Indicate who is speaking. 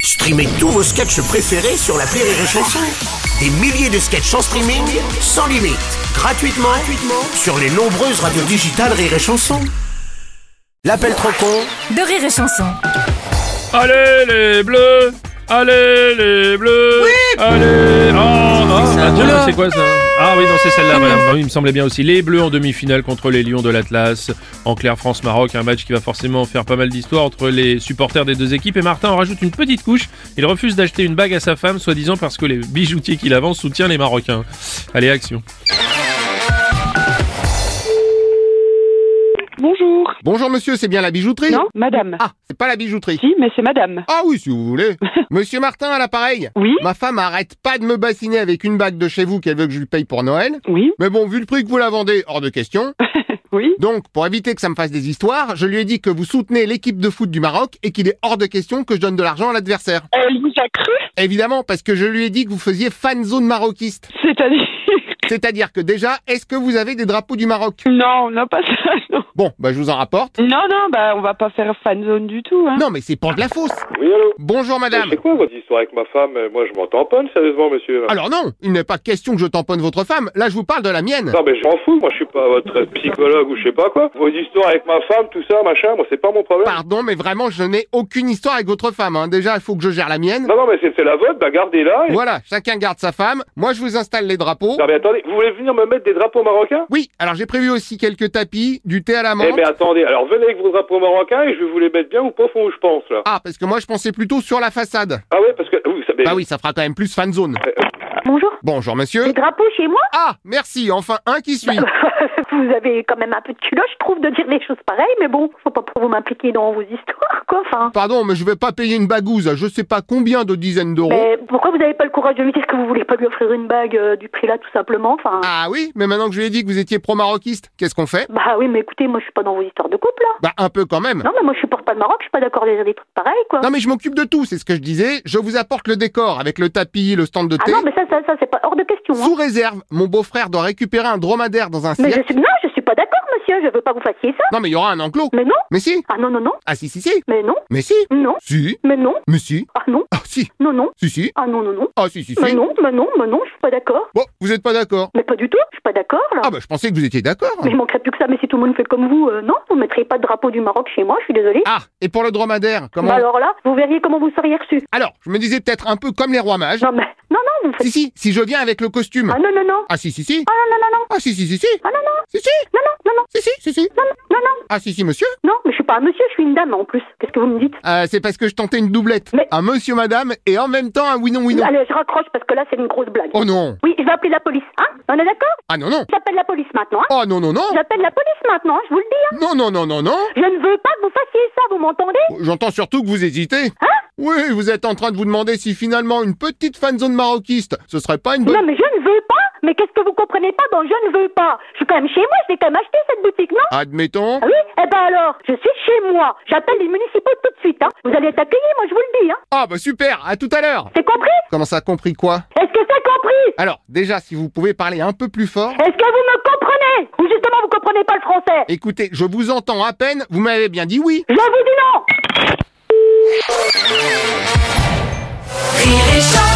Speaker 1: Streamez tous vos sketchs préférés sur la Rire et Chanson. Des milliers de sketchs en streaming, sans limite, gratuitement, gratuitement sur les nombreuses radios digitales Rire et Chanson. L'appel trop con
Speaker 2: de rire et chanson.
Speaker 3: Allez les bleus Allez les bleus Allez Oh, oh, ah, tiens, c'est quoi ça Ah oui, non, c'est celle-là, voilà. Bah oui, il me semblait bien aussi. Les bleus en demi-finale contre les Lions de l'Atlas. En clair, France-Maroc, un match qui va forcément faire pas mal d'histoire entre les supporters des deux équipes. Et Martin en rajoute une petite couche. Il refuse d'acheter une bague à sa femme, soi-disant parce que les bijoutiers qu'il avance soutiennent les Marocains. Allez, action
Speaker 4: Bonjour.
Speaker 5: Bonjour monsieur, c'est bien la bijouterie
Speaker 4: Non, madame.
Speaker 5: Ah, c'est pas la bijouterie.
Speaker 4: Si, mais c'est madame.
Speaker 5: Ah oui, si vous voulez. Monsieur Martin à l'appareil.
Speaker 4: Oui
Speaker 5: Ma femme arrête pas de me bassiner avec une bague de chez vous qu'elle veut que je lui paye pour Noël.
Speaker 4: Oui
Speaker 5: Mais bon, vu le prix que vous la vendez, hors de question.
Speaker 4: Oui
Speaker 5: Donc, pour éviter que ça me fasse des histoires, je lui ai dit que vous soutenez l'équipe de foot du Maroc et qu'il est hors de question que je donne de l'argent à l'adversaire.
Speaker 4: Elle vous a cru
Speaker 5: Évidemment, parce que je lui ai dit que vous faisiez fan zone maroquiste.
Speaker 4: C'est-à-dire...
Speaker 5: C'est-à-dire que déjà, est-ce que vous avez des drapeaux du Maroc
Speaker 4: Non, non, pas ça, non.
Speaker 5: Bon, bah je vous en rapporte.
Speaker 4: Non, non, bah on va pas faire fan zone du tout, hein.
Speaker 5: Non, mais c'est pour de la fausse.
Speaker 6: Oui, allô
Speaker 5: Bonjour madame.
Speaker 6: C'est quoi votre histoire avec ma femme Euh, Moi, je m'en tamponne, sérieusement, monsieur.
Speaker 5: Alors non, il n'est pas question que je tamponne votre femme. Là, je vous parle de la mienne.
Speaker 6: Non, mais je m'en fous. Moi, je suis pas votre psychologue ou je sais pas quoi. Vos histoires avec ma femme, tout ça, machin, moi, c'est pas mon problème.
Speaker 5: Pardon, mais vraiment, je n'ai aucune histoire avec votre femme. hein. Déjà, il faut que je gère la mienne.
Speaker 6: Non, non, mais c'est c'est la vôtre, bah gardez-la. et-
Speaker 5: Voilà, chacun garde sa femme. Moi, je vous installe les drapeaux.
Speaker 6: Non, mais attendez, vous voulez venir me mettre des drapeaux marocains
Speaker 5: Oui, alors j'ai prévu aussi quelques tapis, du thé à la
Speaker 6: Eh,
Speaker 5: menthe.
Speaker 6: mais attendez, alors venez avec vos drapeaux marocains et je vais vous les mettre bien au profond où je pense, là.
Speaker 5: Ah, parce que moi, je pensais plutôt sur la façade.
Speaker 6: Ah ouais, parce que vous savez.
Speaker 5: Bah oui, ça fera quand même plus fan zone.
Speaker 6: Euh,
Speaker 7: Bonjour.
Speaker 5: Bonjour, monsieur.
Speaker 7: Les drapeaux chez moi
Speaker 5: Ah, merci, enfin un qui
Speaker 7: bah.
Speaker 5: suit.
Speaker 7: Vous avez quand même un peu de culot, je trouve, de dire des choses pareilles, mais bon, faut pas pour vous m'impliquer dans vos histoires, quoi, enfin.
Speaker 5: Pardon, mais je vais pas payer une bagouze à je sais pas combien de dizaines d'euros.
Speaker 7: Mais pourquoi vous n'avez pas le courage de lui dire que vous voulez pas lui offrir une bague euh, du prix là, tout simplement, enfin.
Speaker 5: Ah oui, mais maintenant que je lui ai dit que vous étiez pro-maroquiste, qu'est-ce qu'on fait
Speaker 7: Bah oui, mais écoutez, moi je suis pas dans vos histoires de couple, là.
Speaker 5: Bah un peu quand même.
Speaker 7: Non, mais moi je supporte pas le Maroc, je suis pas d'accord de dire des trucs pareils, quoi.
Speaker 5: Non mais je m'occupe de tout, c'est ce que je disais. Je vous apporte le décor avec le tapis, le stand de
Speaker 7: ah
Speaker 5: thé.
Speaker 7: non, mais ça, ça, ça, c'est pas hors de question, hein.
Speaker 5: Sous réserve, mon beau-frère doit récupérer un dromadaire dans un
Speaker 7: Mais
Speaker 5: cirque.
Speaker 7: je suis. Non, je suis pas d'accord, monsieur, je veux pas que vous fassiez ça.
Speaker 5: Non mais il y aura un enclos.
Speaker 7: Mais non
Speaker 5: Mais si
Speaker 7: Ah non, non, non
Speaker 5: Ah si si si
Speaker 7: Mais non
Speaker 5: Mais si
Speaker 7: Non
Speaker 5: Si
Speaker 7: Mais non
Speaker 5: Mais si
Speaker 7: Ah non
Speaker 5: Ah si
Speaker 7: Non, non
Speaker 5: Si si
Speaker 7: Ah non, non, non
Speaker 5: Ah si si
Speaker 7: Mais
Speaker 5: si
Speaker 7: non, mais non, mais non, je suis pas d'accord.
Speaker 5: Bon, vous êtes pas d'accord
Speaker 7: Mais pas du tout, je suis pas d'accord, là.
Speaker 5: Ah bah je pensais que vous étiez d'accord.
Speaker 7: Mais il manquerait plus que ça, mais si tout le monde fait comme vous, euh, non, vous mettriez pas de drapeau du Maroc chez moi, je suis désolée.
Speaker 5: Ah, et pour le dromadaire, comment
Speaker 7: Bah alors là, vous verriez comment vous seriez reçu.
Speaker 5: Alors, je me disais peut-être un peu comme les rois mages.
Speaker 7: Non, mais. Non, non, vous faites.
Speaker 5: Si si, si je viens avec le costume.
Speaker 7: Ah non, non, non.
Speaker 5: Ah si si si.
Speaker 7: Ah non, non, non, non.
Speaker 5: Ah si si si si.
Speaker 7: Ah non, non.
Speaker 5: Si si.
Speaker 7: Non, non, non, non.
Speaker 5: Si si si si.
Speaker 7: Non, non, non, non.
Speaker 5: Ah si si monsieur.
Speaker 7: Non, mais je suis pas un monsieur, je suis une dame en plus. Qu'est-ce que vous me dites
Speaker 5: Euh, c'est parce que je tentais une doublette.
Speaker 7: Mais- Ah,
Speaker 5: Un monsieur madame et en même temps un oui non oui non.
Speaker 7: Allez, je raccroche parce que là, c'est une grosse blague.
Speaker 5: Oh non.
Speaker 7: Oui, je vais appeler la police, hein On est d'accord
Speaker 5: Ah non non.
Speaker 7: J'appelle la police maintenant, hein
Speaker 5: Oh non non non.
Speaker 7: J'appelle la police maintenant, hein, je vous le dis, hein
Speaker 5: Non non non non non.
Speaker 7: Je ne veux pas que vous fassiez ça, vous m'entendez
Speaker 5: J'entends surtout que vous hésitez.
Speaker 7: Hein
Speaker 5: Oui, vous êtes en train de vous demander si finalement une petite fanzone maroquiste, ce serait pas une bonne...
Speaker 7: Non, mais je ne veux pas Mais qu'est-ce que vous comprenez pas dans je ne veux pas Je suis quand même chez moi, je l'ai quand même acheté cette boutique, non
Speaker 5: Admettons.
Speaker 7: Ah oui Eh ben alors, je suis chez moi. J'appelle les municipaux tout de suite, hein. Vous allez être accueillis, moi je vous le dis, hein.
Speaker 5: Ah bah super, à tout à l'heure.
Speaker 7: C'est compris
Speaker 5: Comment ça compris quoi
Speaker 7: Est-ce que c'est compris
Speaker 5: Alors, déjà, si vous pouvez parler un peu plus fort...
Speaker 7: Est-ce que vous me comprenez Ou justement vous comprenez pas le français
Speaker 5: Écoutez, je vous entends à peine, vous m'avez bien dit oui.
Speaker 7: Je vous dis non
Speaker 2: Rire et chanson.